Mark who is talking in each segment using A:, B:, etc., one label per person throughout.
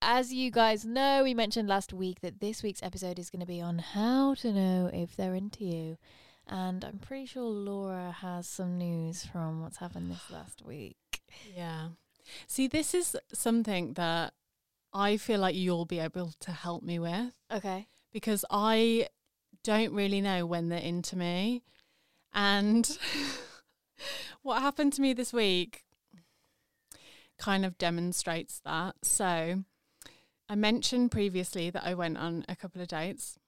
A: As you guys know, we mentioned last week that this week's episode is going to be on how to know if they're into you. And I'm pretty sure Laura has some news from what's happened this last week.
B: Yeah. See, this is something that I feel like you'll be able to help me with
A: Okay.
B: because I don't really know when they're into me. And what happened to me this week kind of demonstrates that. So I mentioned previously that I went on a couple of dates.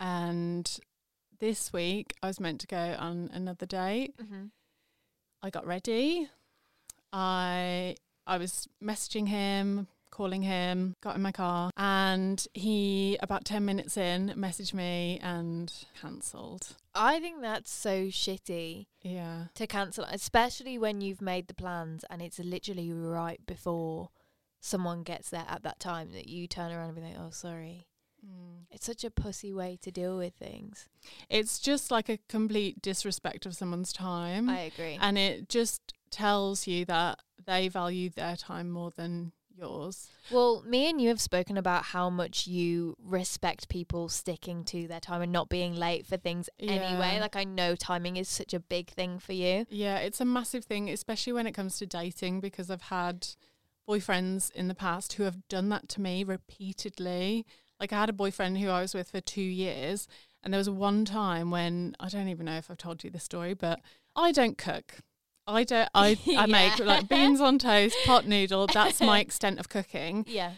B: And this week I was meant to go on another date. I got ready. I I was messaging him, calling him, got in my car, and he about 10 minutes in messaged me and cancelled.
A: I think that's so shitty
B: Yeah.
A: to cancel, especially when you've made the plans and it's literally right before someone gets there at that time that you turn around and be like, oh, sorry. It's such a pussy way to deal with things.
B: It's just like a complete disrespect of someone's time.
A: I agree.
B: and it just tells you that they value their time more than yours.
A: Well, me and you have spoken about how much you respect people sticking to their time and not being late for things anyway.
B: Yeah.
A: Like, I know timing is such a big thing for you.
B: Yeah, it's a massive thing, especially when it comes to dating, because I've had boyfriends in the past who have done that to me repeatedly. Like, I had a boyfriend who I was with for two years, and there was one time when I don't even know if I've told you this story, but I don't cook. I don't. I,
A: Yeah.
B: I make like beans on toast, pot noodle. That's my extent of cooking.
A: Yeah.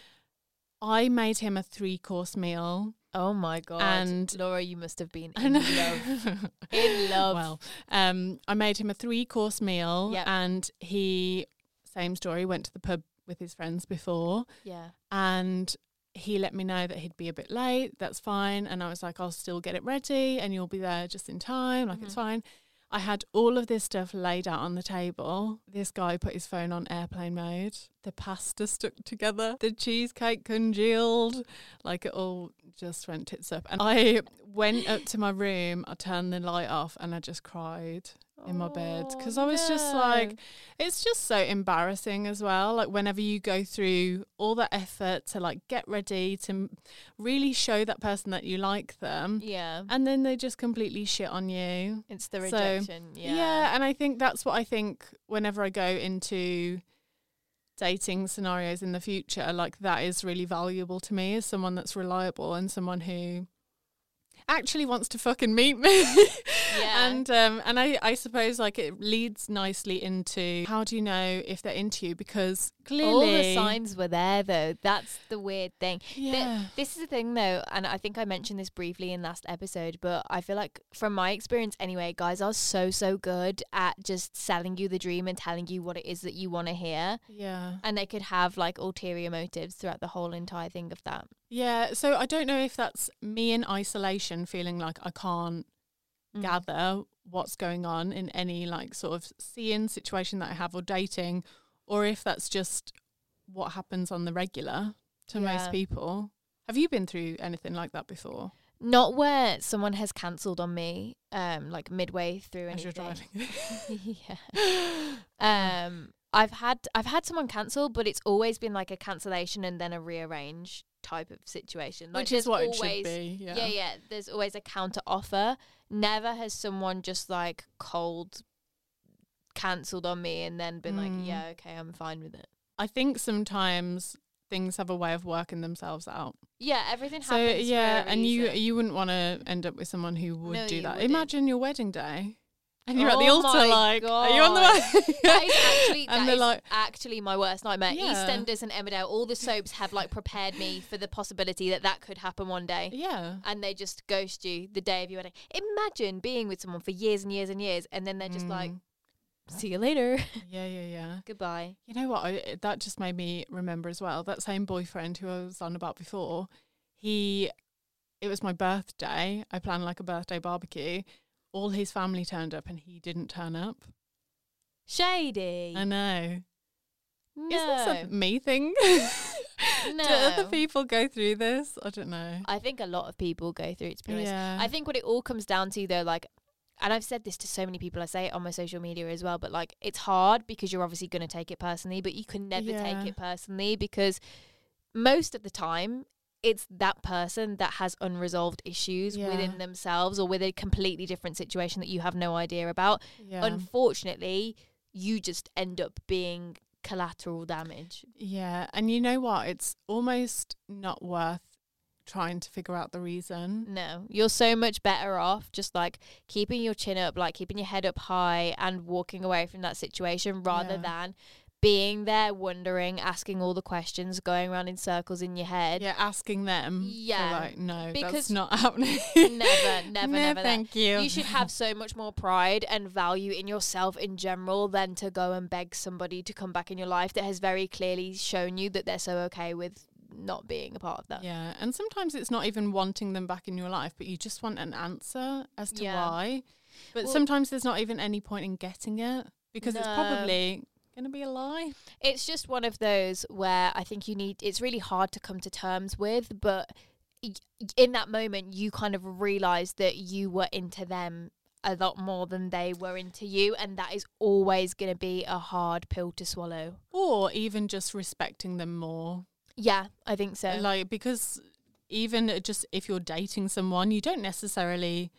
B: I made him a three course meal,
A: Oh my God.
B: And-
A: Laura, you must have been in
B: and
A: love. In love.
B: Well, um, I made him a three course meal,
A: Yep.
B: and he, same story, went to the pub with his friends before,
A: yeah.
B: and he let me know that he'd be a bit late. That's fine, and I was like, I'll still get it ready, and you'll be there just in time. Like it's fine. I had all of this stuff laid out on the table. This guy put his phone on airplane mode. The pasta stuck together. The cheesecake congealed. Like it all just went tits up. And I went up to my room, I turned the light off, and I just cried in my bed
A: Oh,
B: because I was just
A: no.
B: like, it's just so embarrassing as well. Like whenever you go through all that effort to like get ready to m- really show that person that you like them,
A: Yeah.
B: and then they just completely shit on you.
A: It's the
B: So,
A: rejection. yeah.
B: and I think that's what I think whenever I go into dating scenarios in the future, like that is really valuable to me as someone that's reliable and someone who actually wants to fucking meet me.
A: Yeah.
B: And um and I, I suppose like it leads nicely into how do you know if they're into you? Because clearly
A: All the signs were there, though. That's the weird thing. Th-
B: Yeah.
A: this is the thing, though, and I think I mentioned this briefly in last episode, but I feel like, from my experience anyway, guys are so, so good at just selling you the dream and telling you what it is that you want to hear.
B: Yeah.
A: And they could have like ulterior motives throughout the whole entire thing of that.
B: Yeah. So I don't know if that's me in isolation feeling like I can't
A: Mm.
B: gather what's going on in any like sort of seeing situation that I have or dating, or if that's just what happens on the regular to
A: Yeah.
B: most people. Have you been through anything like that before?
A: Not where someone has cancelled on me, um, like midway through
B: As you're
A: anything.
B: driving.
A: yeah. Um, I've had I've had someone cancel, but it's always been like a cancellation and then a rearrange type of situation, like
B: Which
A: there's
B: is what
A: always,
B: it should be. Yeah.
A: Yeah, yeah. There's always a counter offer. Never has someone just like cold cancelled on me and then been like,
B: Mm.
A: yeah, okay, I'm fine with it.
B: I think sometimes things have a way of working themselves out.
A: Yeah, everything
B: So
A: happens. for
B: yeah,
A: a
B: and you
A: reason.
B: you wouldn't want to end up with someone who would
A: No, you
B: do that.
A: wouldn't.
B: Imagine your wedding day and you're at the
A: Oh my
B: altar like, are you on the way?
A: that is actually
B: and
A: that
B: they're
A: is
B: like,
A: actually my worst nightmare.
B: Yeah.
A: EastEnders and Emmerdale, all the soaps have like prepared me for the possibility that that could happen one day.
B: yeah,
A: and they just ghost you the day of your wedding. Imagine being with someone for years and years and years, and then they're just
B: Mm.
A: like, "See you later,
B: yeah, yeah, yeah.
A: goodbye."
B: You know what? I, that just made me remember as well. That same boyfriend who I was on about before, he, it was my birthday. I planned like a birthday barbecue. All his family turned up and he didn't turn up.
A: Shady.
B: I know.
A: no,
B: Is this a me thing?
A: no.
B: Do other people go through this? I don't know.
A: I think a lot of people go through it. To be honest,
B: Yeah.
A: I think what it all comes down to, though, like. And I've said this to so many people. I say it on my social media as well, but like it's hard because you're obviously going to take it personally, but you can never
B: Yeah.
A: take it personally because most of the time it's that person that has unresolved issues
B: Yeah.
A: within themselves or with a completely different situation that you have no idea about.
B: Yeah.
A: Unfortunately, you just end up being collateral damage.
B: yeah. And you know what? It's almost not worth trying to figure out the reason.
A: No, you're so much better off just like keeping your chin up, like keeping your head up high and walking away from that situation rather
B: Yeah.
A: than being there wondering, asking all the questions, going around in circles in your head.
B: Yeah, asking them. They're
A: Yeah,
B: like, no,
A: because-
B: that's not happening.
A: Never, never,
B: no,
A: never. that.
B: Thank you.
A: You should have so much more pride and value in yourself in general than to go and beg somebody to come back in your life that has very clearly shown you that they're so okay with not being a part of that.
B: Yeah, and sometimes it's not even wanting them back in your life, but you just want an answer as to
A: Yeah.
B: why. But
A: Well-
B: sometimes there's not even any point in getting it because it's
A: No.
B: probably going to be a lie.
A: It's just one of those where I think you need, it's really hard to come to terms with, but y- in that moment, you kind of realize that you were into them a lot more than they were into you. And that is always going to be a hard pill to swallow.
B: Or even just respecting them more.
A: Yeah, I think so.
B: Like, because even just if you're dating someone, you don't necessarily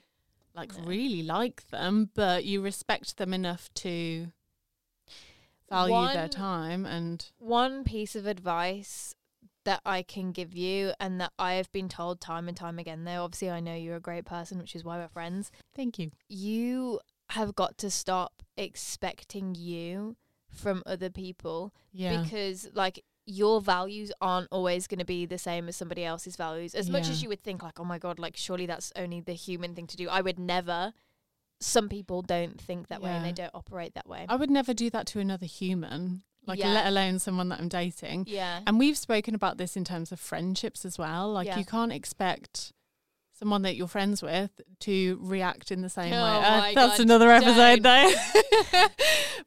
B: like
A: No.
B: really like them, but you respect them enough to value their
A: One-
B: time and
A: one piece of advice that I can give you and that I have been told time and time again, though obviously I know you're a great person, which is why we're friends.
B: thank you.
A: You have got to stop expecting you from other people
B: Yeah.
A: because, like, your values aren't always going to be the same as somebody else's values. As much
B: Yeah.
A: as you would think, like, oh my God, like, surely that's only the human thing to do. I would never. Some people don't think that way and they
B: Yeah.
A: don't operate that way.
B: I would never do that to another human, like
A: Yeah.
B: let alone someone that I'm dating.
A: yeah.
B: And we've spoken about this in terms of friendships as well. Like
A: Yeah.
B: you can't expect someone that you're friends with to react in the same
A: Oh
B: way. Uh,
A: my
B: that's
A: God,
B: another
A: don't.
B: episode though.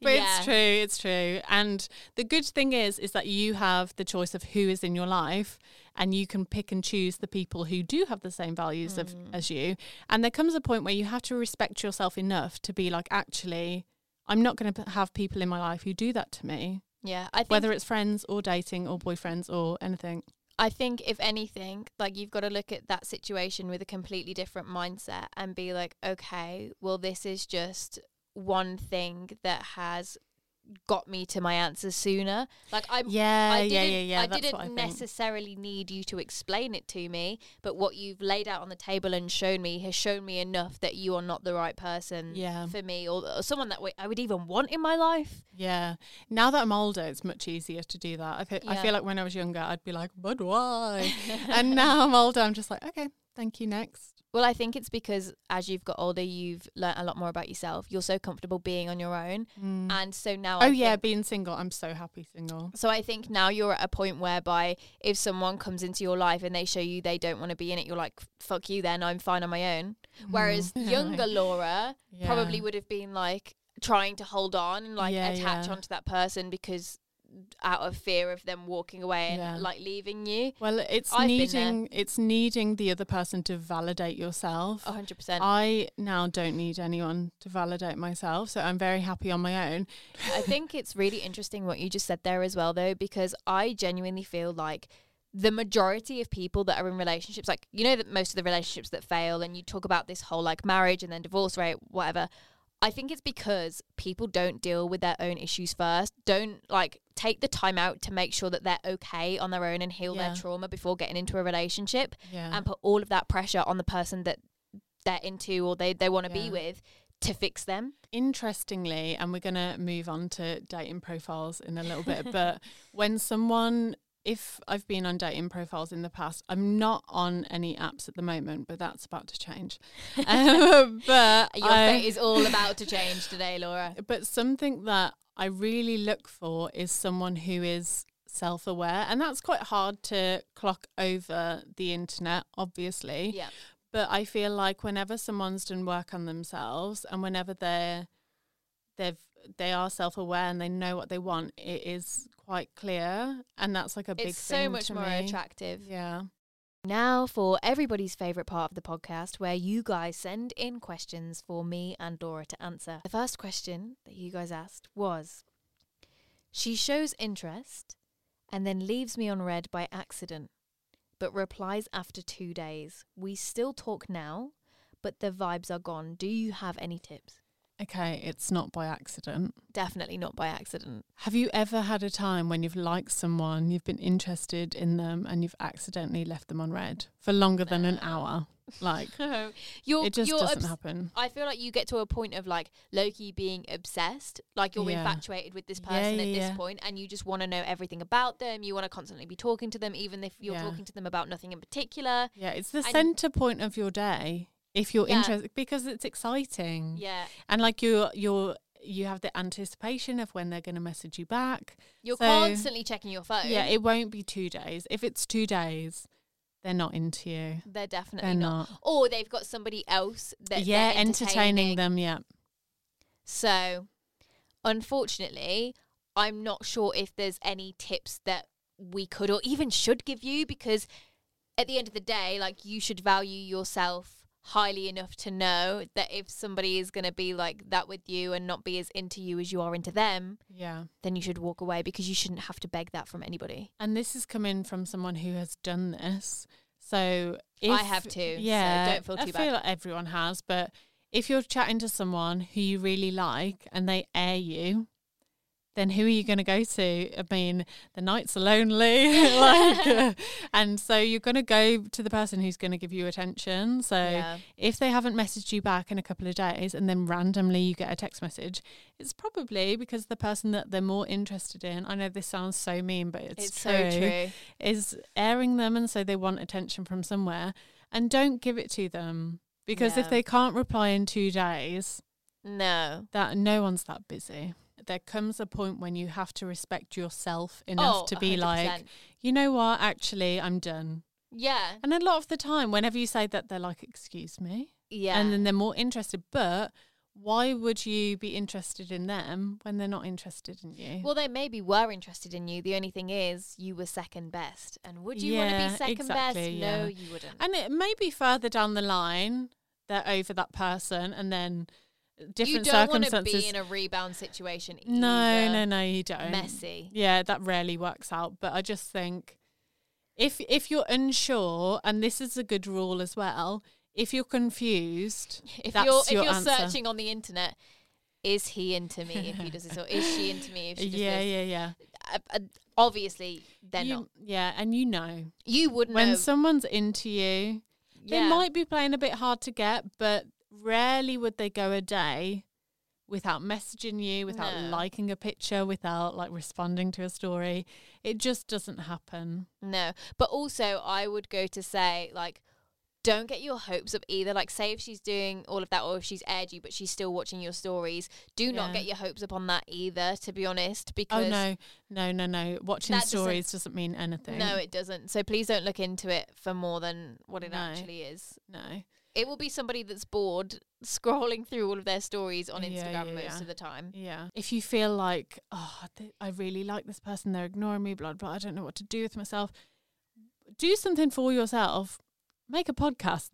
B: but
A: Yeah.
B: it's true, it's true. And the good thing is is that you have the choice of who is in your life and you can pick and choose the people who do have the same values of,
A: Hmm.
B: as you. And there comes a point where you have to respect yourself enough to be like actually I'm not going to have people in my life who do that to me,
A: Yeah. I think
B: whether it's friends or dating or boyfriends or anything.
A: I think if anything, like you've got to look at that situation with a completely different mindset and be like, okay, well, this is just one thing that has got me to my answer sooner. Like I'm.
B: Yeah,
A: I didn't,
B: yeah, yeah, yeah.
A: I
B: that's
A: didn't
B: what I think.
A: necessarily need you to explain it to me, but what you've laid out on the table and shown me has shown me enough that you are not the right person
B: Yeah.
A: for me or, or someone that we, I would even want in my life.
B: yeah. Now that I'm older, it's much easier to do that. I, fe- I
A: Yeah.
B: feel like when I was younger, I'd be like, but why? and now I'm older, I'm just like, okay, thank you, next.
A: Well, I think it's because as you've got older, you've learnt a lot more about yourself. You're so comfortable being on your own, and so now. I
B: oh, yeah,
A: think-
B: being single. I'm so happy single.
A: so I think now you're at a point whereby if someone comes into your life and they show you they don't want to be in it, you're like, "Fuck you!" Then I'm fine on my own. Whereas
B: Mm.
A: younger Laura probably
B: Yeah.
A: would have been like trying to hold on and like
B: Yeah,
A: attach
B: yeah.
A: onto that person because out of fear of them walking away and
B: Yeah.
A: like leaving you.
B: Well, it's
A: I've been there.
B: needing it's needing the other person to validate yourself.
A: A hundred percent.
B: I now don't need anyone to validate myself, so I'm very happy on my own.
A: I think it's really interesting what you just said there as well, though, because I genuinely feel like the majority of people that are in relationships, like, you know, that most of the relationships that fail, and you talk about this whole like marriage and then divorce rate, whatever. I think it's because people don't deal with their own issues first, don't like take the time out to make sure that they're okay on their own and heal
B: Yeah.
A: their trauma before getting into a relationship
B: Yeah.
A: and put all of that pressure on the person that they're into or they, they want to
B: Yeah.
A: be with to fix them.
B: interestingly, and we're going to move on to dating profiles in a little bit, but when someone, if I've been on dating profiles in the past, I'm not on any apps at the moment, but that's about to change. Um, but
A: Your
B: I-
A: fate is all about to change today, Laura.
B: but something that I really look for is someone who is self aware. And that's quite hard to clock over the internet, obviously.
A: Yeah.
B: But I feel like whenever someone's done work on themselves and whenever they're they've they are self aware and they know what they want, it is quite clear. And that's like a big
A: It's so
B: thing
A: much
B: to
A: more
B: me.
A: attractive.
B: Yeah.
A: Now for everybody's favourite part of the podcast where you guys send in questions for me and Laura to answer. The first question that you guys asked was She shows interest and then leaves me on red by accident, but replies after two days. We still talk now, but the vibes are gone. Do you have any tips?
B: Okay, it's not by accident.
A: Definitely not by accident.
B: Have you ever had a time when you've liked someone, you've been interested in them, and you've accidentally left them on red for longer than an hour? Like,
A: you're,
B: it just
A: you're
B: doesn't
A: obs-
B: happen.
A: I feel like you get to a point of like Loki being obsessed, like you're
B: Yeah.
A: infatuated with this
B: Yeah,
A: person at
B: yeah,
A: this
B: yeah.
A: point, and you just want to know everything about them. You want to constantly be talking to them, even if you're
B: Yeah.
A: talking to them about nothing in particular.
B: Yeah, it's the
A: And-
B: center point of your day if you're
A: Yeah.
B: interested because it's exciting.
A: Yeah,
B: And like you're you're you have the anticipation of when they're going to message you back.
A: you're
B: So-
A: constantly checking your phone.
B: Yeah, it won't be 2 days. If it's 2 days, they're not into you.
A: they're definitely
B: They're
A: not.
B: not.
A: Or they've got somebody else that
B: yeah,
A: they're
B: entertaining them, yeah.
A: So, unfortunately, I'm not sure if there's any tips that we could or even should give you because at the end of the day, like you should value yourself highly enough to know that if somebody is going to be like that with you and not be as into you as you are into them,
B: Yeah.
A: then you should walk away because you shouldn't have to beg that from anybody.
B: And this is coming from someone who has done this. So if,
A: I have too, so don't feel
B: I
A: too
B: feel
A: bad.
B: like everyone has, but if you're chatting to someone who you really like and they air you, then who are you going to go to? I mean, the nights are lonely, like, uh, and so you're going to go to the person who's going to give you attention. So
A: Yeah.
B: if they haven't messaged you back in a couple of days, and then randomly you get a text message, it's probably because the person that they're more interested in. I know this sounds so mean, but it's,
A: It's, so true.
B: is airing them and so they want attention from somewhere and don't give it to them because
A: Yeah.
B: if they can't reply in 2 days
A: No.
B: that no one's that busy there comes a point when you have to respect yourself enough
A: Oh,
B: to be like
A: 100%.
B: you know what actually I'm done
A: yeah,
B: and a lot of the time whenever you say that they're like excuse me
A: yeah.
B: and then they're more interested but why would you be interested in them when they're not interested in you
A: Well, they maybe were interested in you. The only thing is, you were second best. And would you want to
B: Yeah,
A: be second best?
B: exactly,
A: No,
B: yeah.
A: you wouldn't.
B: And it may be further down the line they're over that person, and then
A: you
B: different
A: don't want to be
B: circumstances.
A: in a rebound situation.
B: no,
A: either.
B: no, no, you don't.
A: Messy.
B: Yeah, that rarely works out. But I just think if if you're unsure, and this is a good rule as well, if you're confused,
A: If
B: that's
A: you're if
B: your
A: you're
B: answer.
A: searching on the internet, is he into me? If he does this, or is she into me? If she does
B: yeah,
A: this,
B: yeah, yeah,
A: Uh, uh, obviously they're
B: You-
A: not.
B: Yeah, and you know
A: You wouldn't.
B: when
A: know.
B: someone's into you,
A: yeah.
B: They might be playing a bit hard to get, but rarely would they go a day without messaging you, without
A: No.
B: liking a picture, without like responding to a story. It just doesn't happen.
A: No. But also, I would go to say, like, don't get your hopes up either. Like, say if she's doing all of that or if she's aired you, but she's still watching your stories, do not
B: Yeah.
A: get your hopes up on that either, to be honest, because.
B: Oh no, no, no, no. Watching
A: That doesn't-
B: stories doesn't, mean anything.
A: No, it doesn't. So please don't look into it for more than what it
B: No.
A: actually is.
B: no.
A: It will be somebody that's bored scrolling through all of their stories on
B: Yeah,
A: Instagram
B: yeah,
A: most
B: yeah.
A: of the time.
B: Yeah. If you feel like, oh, th- I really like this person, they're ignoring me, blah, blah, I don't know what to do with myself, do something for yourself. Make a podcast.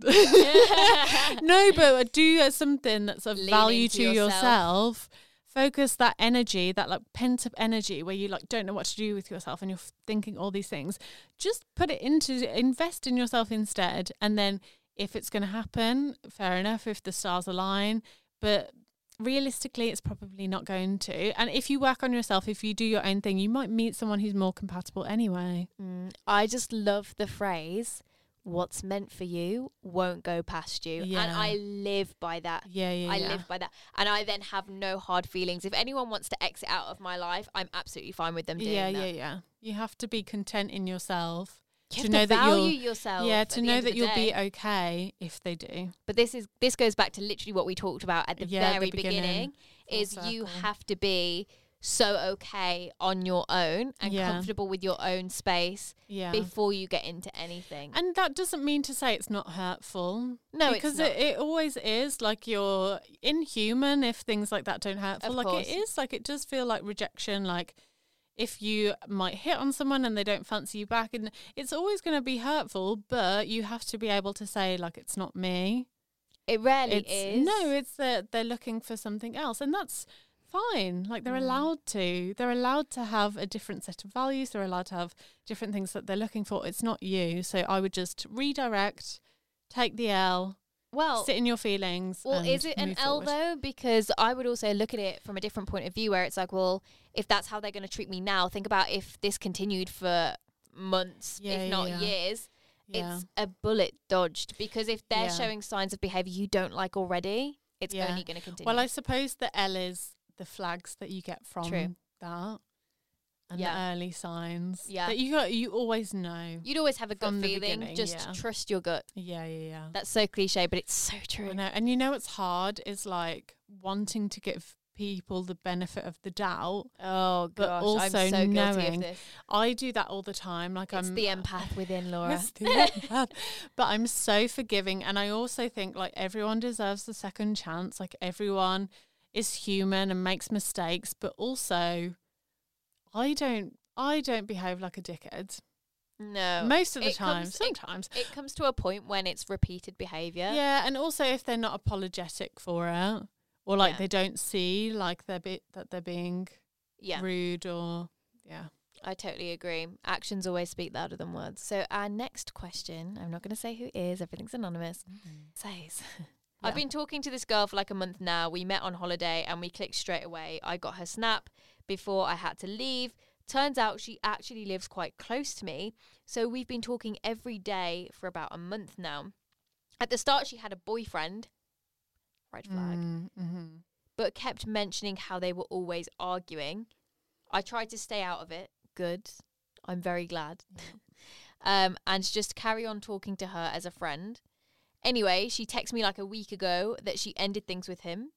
B: no, but do uh, something that's of
A: Lean
B: value
A: into
B: to
A: yourself.
B: yourself. Focus that energy, that like pent up energy where you like don't know what to do with yourself and you're f- thinking all these things. Just put it into, invest in yourself instead. And then if it's going to happen, fair enough, if the stars align. But realistically it's probably not going to and if you work on yourself if you do your own thing you might meet someone who's more compatible anyway
A: Mm, I just love the phrase, what's meant for you won't go past you. And
B: Yeah.
A: I live by that.
B: yeah yeah
A: I live by that. And I then have no hard feelings. If anyone wants to exit out of my life, I'm absolutely fine with them doing
B: yeah
A: that.
B: yeah yeah you have to be content in yourself
A: You
B: to
A: have
B: know
A: to
B: that you'll-
A: value yourself.
B: yeah
A: at
B: to
A: the
B: know
A: end of
B: that
A: the
B: you'll
A: day.
B: be okay if they do
A: But this is this goes back to literally what we talked about at the
B: Yeah, the
A: very beginning,
B: beginning. Full
A: is you
B: circle.
A: have to be so okay on your own and
B: Yeah.
A: comfortable with your own space
B: yeah
A: before you get into anything.
B: and that doesn't mean to say it's not hurtful
A: No, it's
B: because
A: not.
B: It, it always is like you're inhuman if things like that don't hurtful
A: Of
B: like
A: course.
B: it is like it does feel like rejection like if you might hit on someone and they don't fancy you back and it's always going to be hurtful but you have to be able to say like it's not me
A: it rarely
B: it's
A: is.
B: no it's that they're looking for something else and that's fine. Like they're
A: Mm.
B: allowed to. They're allowed to have a different set of values. They're allowed to have different things that they're looking for. It's not you. So I would just redirect, take the L,
A: Well,
B: sit in your feelings.
A: well,
B: and
A: Oh. is it an
B: move
A: L
B: forward.
A: though? Because I would also look at it from a different point of view, where it's like, well, if that's how they're going to treat me now, think about if this continued for months,
B: Yeah,
A: if not
B: yeah.
A: years.
B: Yeah.
A: It's a bullet dodged because if they're
B: Yeah.
A: showing signs of behaviour you don't like already, it's
B: Yeah.
A: only going to continue.
B: well, I suppose the L is the flags that you get from
A: True.
B: that, and
A: Yeah.
B: the early signs.
A: Yeah.
B: that you got. You always know.
A: You'd always have a gut
B: From the
A: feeling.
B: beginning,
A: Just
B: yeah.
A: trust your gut.
B: Yeah, yeah, yeah.
A: That's so cliche, but it's so
B: I
A: true.
B: know. And you know what's hard is like wanting to give people the benefit of the doubt.
A: Oh
B: But
A: gosh, I'm
B: also
A: so guilty
B: knowing
A: of this.
B: I do that all the time. Like
A: It's
B: I'm
A: the empath within Laura.
B: It's the empath. but I'm so forgiving and I also think like everyone deserves the second chance. Like everyone is human and makes mistakes, but also I don't I don't behave like a dickhead.
A: No,
B: Most of the
A: Oh, it
B: time.
A: comes- it-
B: sometimes.
A: it comes to a point when it's repeated behaviour.
B: Yeah, and also if they're not apologetic for it or like
A: Yeah.
B: they don't see like they're be- that they're being
A: Yeah,
B: rude or yeah.
A: I totally agree. Actions always speak louder than words. So our next question, I'm not going to say who it is. Everything's anonymous. Says.
B: Mm-hmm. Yeah.
A: I've been talking to this girl for like a month now. We met on holiday and we clicked straight away. I got her snap before I had to leave. Turns out she actually lives quite close to me. So we've been talking every day for about a month now. At the start, she had a boyfriend, red flag,
B: Mm-hmm.
A: but kept mentioning how they were always arguing. I tried to stay out of it. Good. I'm very glad. um, and just carry on talking to her as a friend. Anyway, she texted me like a week ago that she ended things with him.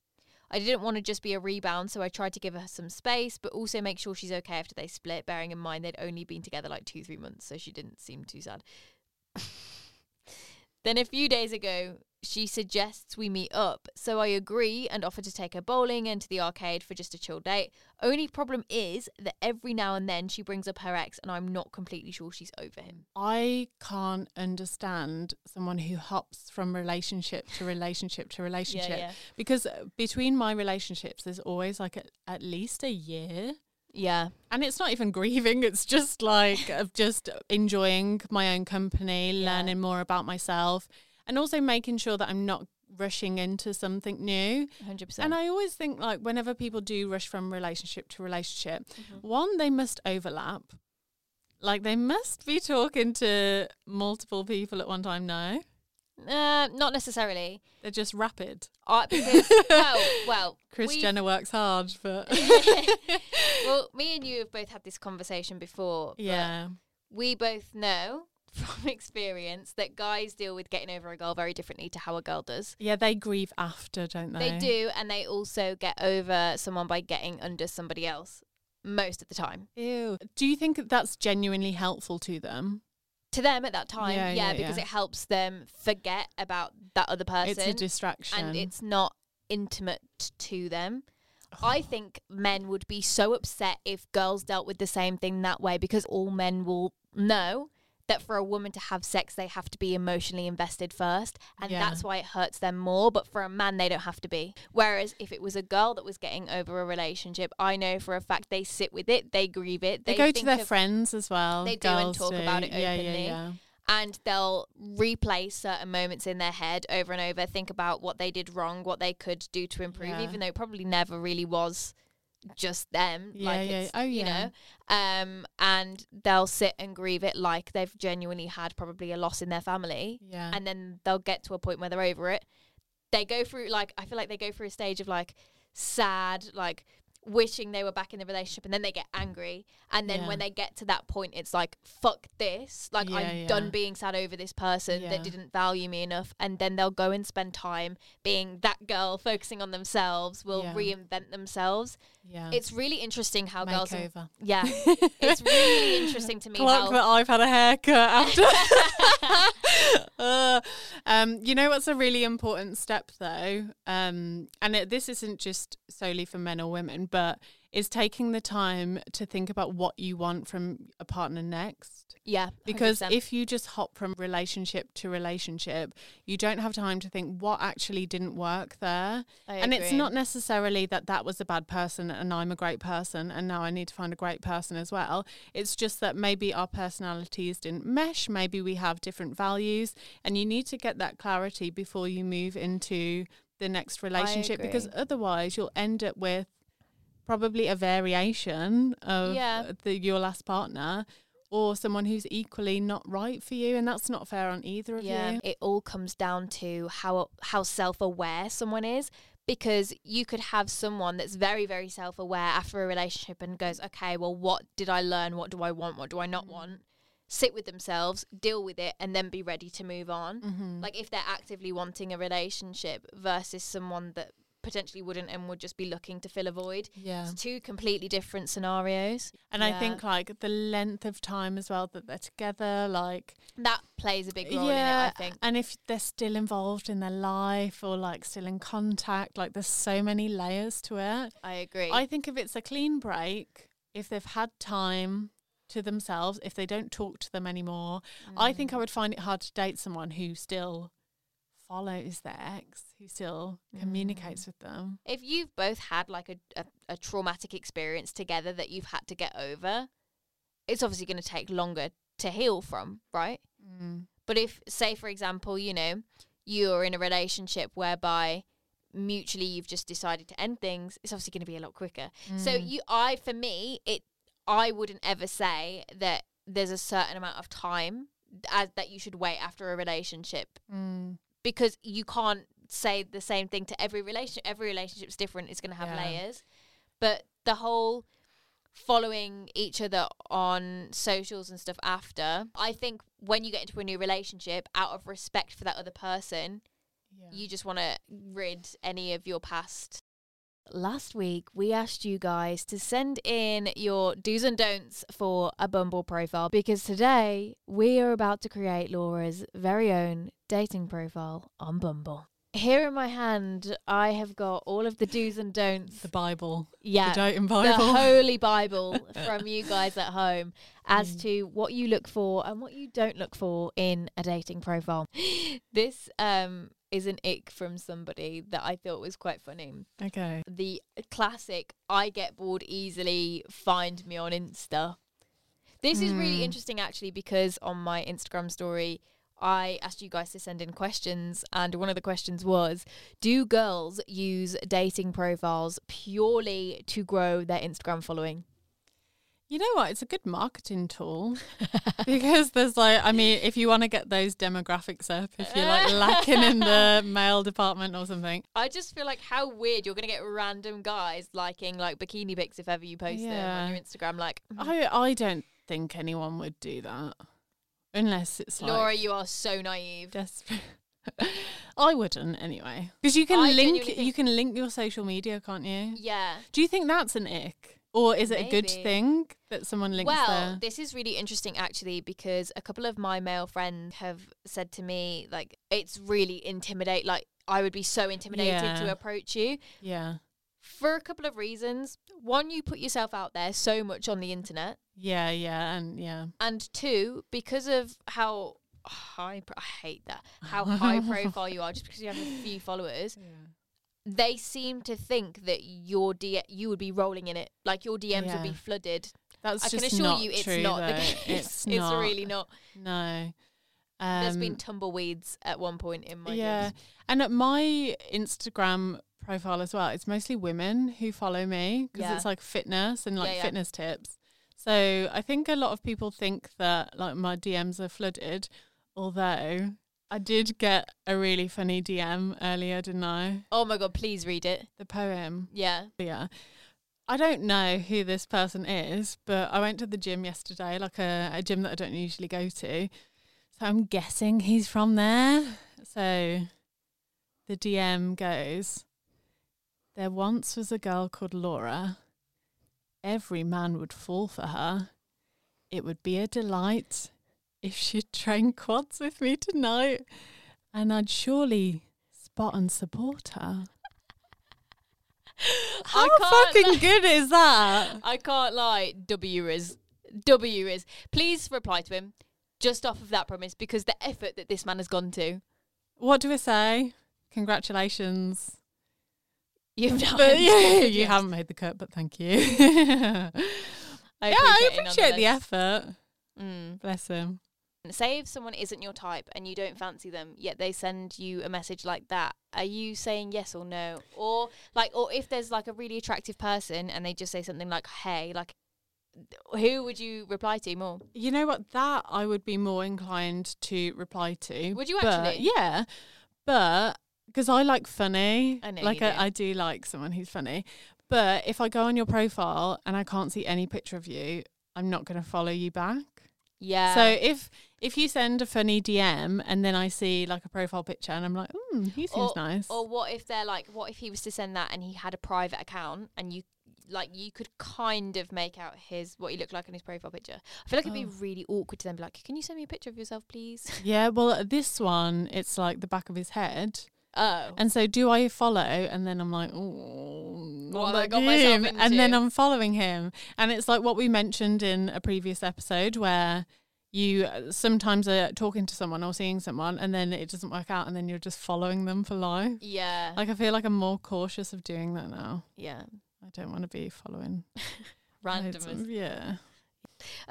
A: I didn't want to just be a rebound, so I tried to give her some space, but also make sure she's okay after they split, bearing in mind they'd only been together like two, three months, so she didn't seem too sad. then a few days ago, she suggests we meet up, so I agree and offer to take her bowling and to the arcade for just a chill date. Only problem is that every now and then she brings up her ex, and I'm not completely sure she's over him.
B: I can't understand someone who hops from relationship to relationship to relationship
A: yeah.
B: because uh, between my relationships there's always like at at least a year
A: Yeah.
B: and it's not even grieving it's just like of just enjoying my own company
A: Yeah.
B: learning more about myself and also making sure that I'm not rushing into something new
A: Hundred
B: And
A: percent.
B: I always think like whenever people do rush from relationship to relationship,
A: Mm-hmm.
B: one they must overlap. Like they must be talking to multiple people at one time. No,
A: Uh, not necessarily.
B: they're just rapid.
A: Uh, because well, well,
B: Chris
A: we've-
B: Jenner works hard, but
A: Well, me and you have both had this conversation before. but
B: yeah,
A: we both know from experience that guys deal with getting over a girl very differently to how a girl does.
B: yeah, they grieve after, don't they?
A: They do, and they also get over someone by getting under somebody else most of the time.
B: Ew. Do you think that that's genuinely helpful to them?
A: To them at that time,
B: Yeah,
A: yeah,
B: yeah,
A: because
B: yeah.
A: it helps them forget about that other person.
B: It's a distraction.
A: and it's not intimate to them. I think men would be so upset if girls dealt with the same thing that way because all men will know that for a woman to have sex, they have to be emotionally invested first. And
B: Yeah.
A: that's why it hurts them more. But for a man, they don't have to be. Whereas if it was a girl that was getting over a relationship, I know for a fact they sit with it, they grieve it,
B: they, go to
A: think
B: their
A: of-
B: friends as well.
A: They do and
B: Girls
A: talk
B: do.
A: about it
B: Yeah, yeah,
A: openly.
B: yeah.
A: and they'll replay certain moments in their head over and over, think about what they did wrong, what they could do to improve,
B: Yeah.
A: even though it probably never really was just them.
B: Yeah,
A: like
B: yeah.
A: It's,
B: Oh,
A: You
B: yeah.
A: know, um, and they'll sit and grieve it like they've genuinely had probably a loss in their family,
B: Yeah.
A: and then they'll get to a point where they're over it. They go through like I feel like they go through a stage of like sad, like wishing they were back in the relationship and then they get angry and then
B: Yeah.
A: when they get to that point it's like fuck this like
B: Yeah,
A: i'm
B: yeah.
A: done being sad over this person
B: Yeah.
A: that didn't value me enough and then they'll go and spend time being that girl focusing on themselves will
B: Yeah.
A: reinvent themselves
B: yeah.
A: it's really interesting how girls and-
B: makeover.
A: yeah it's really interesting to me how
B: Clock that I've had a haircut after. Uh, um, you know what's a really important step though, um, and it, this isn't just solely for men or women, but is taking the time to think about what you want from a partner next.
A: Yeah.
B: Because
A: 100%.
B: if you just hop from relationship to relationship, you don't have time to think what actually didn't work there.
A: I
B: and it's
A: agree.
B: not necessarily that that was a bad person and I'm a great person and now I need to find a great person as well. It's just that maybe our personalities didn't mesh, maybe we have different values, and you need to get that clarity before you move into the next relationship because
A: agree.
B: otherwise you'll end up with probably a variation of
A: Yeah.
B: the your last partner or someone who's equally not right for you and that's not fair on either of
A: yeah
B: you.
A: it all comes down to how how self-aware someone is because you could have someone that's very very self-aware after a relationship and goes okay well what did i learn what do i want what do i
B: Mm-hmm.
A: not want sit with themselves deal with it and then be ready to move on
B: Mm-hmm.
A: like if they're actively wanting a relationship versus someone that potentially wouldn't and would just be looking to fill a void
B: Yeah.
A: it's two completely different scenarios
B: And I
A: Yeah.
B: think like the length of time as well that they're together, like
A: that plays a big role in it i think
B: and if they're still involved in their life or like still in contact, like there's so many layers to it.
A: i agree
B: I think if it's a clean break, if they've had time to themselves, if they don't talk to them anymore, I think I would find it hard to date someone who still follows their ex, who still communicates with them.
A: if you've both had like a, a, a traumatic experience together that you've had to get over, it's obviously going to take longer to heal from, right? But if, say, for example, you know, you're in a relationship whereby mutually you've just decided to end things, it's obviously going to be a lot quicker. So you, I, for me, it, I wouldn't ever say that there's a certain amount of time as that you should wait after a relationship
B: Mm.
A: because you can't say the same thing to every relationship. Every relationship's different. It's going to have
B: Yeah.
A: layers. But the whole following each other on socials and stuff after, I think when you get into a new relationship, out of respect for that other person,
B: Yeah.
A: you just want to rid any of your past. Last week, we asked you guys to send in your do's and don'ts for a Bumble profile because today we are about to create Laura's very own dating profile on Bumble. Here in my hand, I have got all of the do's and don'ts.
B: the Bible,
A: yeah,
B: the dating
A: the
B: Bible.
A: holy Bible from you guys at home as to what you look for and what you don't look for in a dating profile. This um, is an ick from somebody that I thought was quite funny.
B: okay.
A: The classic I get bored easily, find me on Insta. This is really
B: Hmm.
A: interesting actually because on my Instagram story, I asked you guys to send in questions, and one of the questions was Do girls use dating profiles purely to grow their Instagram following?
B: You know what? It's a good marketing tool because there's like, I mean, if you want to get those demographics up, if you're like lacking in the male department or something,
A: I just feel like how weird you're going to get random guys liking like bikini pics if ever you post them
B: Yeah. Oh,
A: on your Instagram. Like,
B: I I don't think anyone would do that unless it's like
A: Laura, you are so naive.
B: desperate. I wouldn't anyway because you can
A: I
B: link
A: genuinely
B: you
A: think-
B: can link your social media, can't you?
A: Yeah.
B: Do you think that's an ick, or is it a good
A: Maybe.
B: thing that someone links
A: well,
B: their
A: this is really interesting actually because a couple of my male friends have said to me like it's really intimidate like I would be so intimidated to
B: Yeah.
A: approach you
B: yeah
A: for a couple of reasons. One, you put yourself out there so much on the internet,
B: yeah yeah and yeah
A: and two, because of how high pro- I hate that how high profile you are just because you have a few followers they seem to think that your D- you would be rolling in it like your DMs
B: Yeah.
A: would be flooded
B: that's
A: I
B: just
A: can assure
B: not
A: you it's
B: true,
A: not the
B: though.
A: case
B: It's,
A: it's,
B: not.
A: really not
B: no.
A: There's been
B: Um,
A: tumbleweeds at one point in my
B: yeah
A: yeah.
B: and at my instagram profile as well it's mostly women who follow me because
A: Yeah.
B: it's like fitness and like
A: Yeah, yeah.
B: fitness tips so i think a lot of people think that like my dms are flooded although i did get a really funny dm earlier didn't i
A: Oh my god, please read it.
B: the poem
A: Yeah.
B: yeah I don't know who this person is, but I went to the gym yesterday, like a, a gym that I don't usually go to. So I'm guessing he's from there. So the DM goes There once was a girl called Laura. Every man would fall for her. It would be a delight if she'd train quads with me tonight, and I'd surely spot and support her. How fucking good is that?
A: I can't lie. W is W is. Please reply to him just off of that premise because the effort that this man has gone to.
B: What do I say? Congratulations.
A: You've done.
B: But yeah, you haven't made the cut, but thank you. yeah, I
A: it
B: appreciate the
A: nonetheless.
B: effort.
A: Mm.
B: Bless him.
A: Say if someone isn't your type and you don't fancy them, yet they send you a message like that. Are you saying yes or no, or like, or if there's like a really attractive person and they just say something like "Hey," like, who would you reply to more?
B: You know what? That I would be more inclined to reply to.
A: Would you
B: but-
A: actually?
B: Yeah, but because I like funny,
A: I know
B: like
A: you do.
B: I, I do like someone who's funny. But if I go on your profile and I can't see any picture of you, I'm not going to follow you back.
A: Yeah.
B: so if if you send a funny DM and then I see like a profile picture and I'm like, hmm, he seems
A: Oh,
B: nice.
A: Or what if they're like, what if he was to send that and he had a private account and you like you could kind of make out his what he looked like on his profile picture. I feel like it'd be
B: Oh.
A: really awkward to then be like, can you send me a picture of yourself, please?
B: yeah, well, this one it's like the back of his head,
A: Oh,
B: and so do I follow? And then I'm like, oh,
A: What
B: not
A: have I
B: that
A: got myself
B: him. And then
A: into?
B: I'm following him, and it's like what we mentioned in a previous episode where you uh, sometimes are talking to someone or seeing someone, and then it doesn't work out, and then you're just following them for life.
A: yeah,
B: Like I feel like I'm more cautious of doing that now.
A: yeah,
B: I don't want to be following loads
A: random.
B: of- Yeah.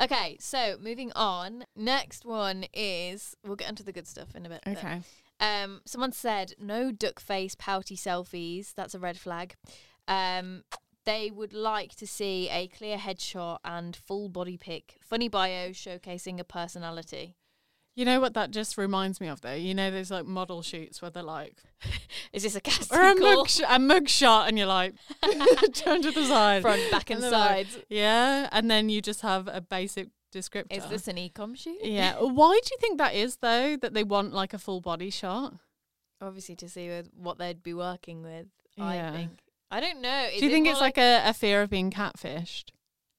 A: Okay, so moving on. Next one is we'll get onto the good stuff in a bit. but,
B: Okay.
A: Um, someone said no duck face pouty selfies. That's a red flag. Um, they would like to see a clear headshot and full body pic, funny bio showcasing a personality.
B: You know what that just reminds me of though? You know those like model shoots where they're like
A: Is this a casting
B: or a
A: call?
B: mug sh- a mug shot and you're like turned to the side.
A: Front, back, and
B: they're like,
A: sides.
B: yeah. And then you just have a basic descriptor.
A: Is this an ecom shoot?
B: yeah. Why do you think that is though? That they want like a full body shot?
A: Obviously, to see with what they'd be working with. I
B: Yeah.
A: think. I don't know. Is
B: do you
A: it
B: think
A: more
B: it's like, a, a fear of being catfished?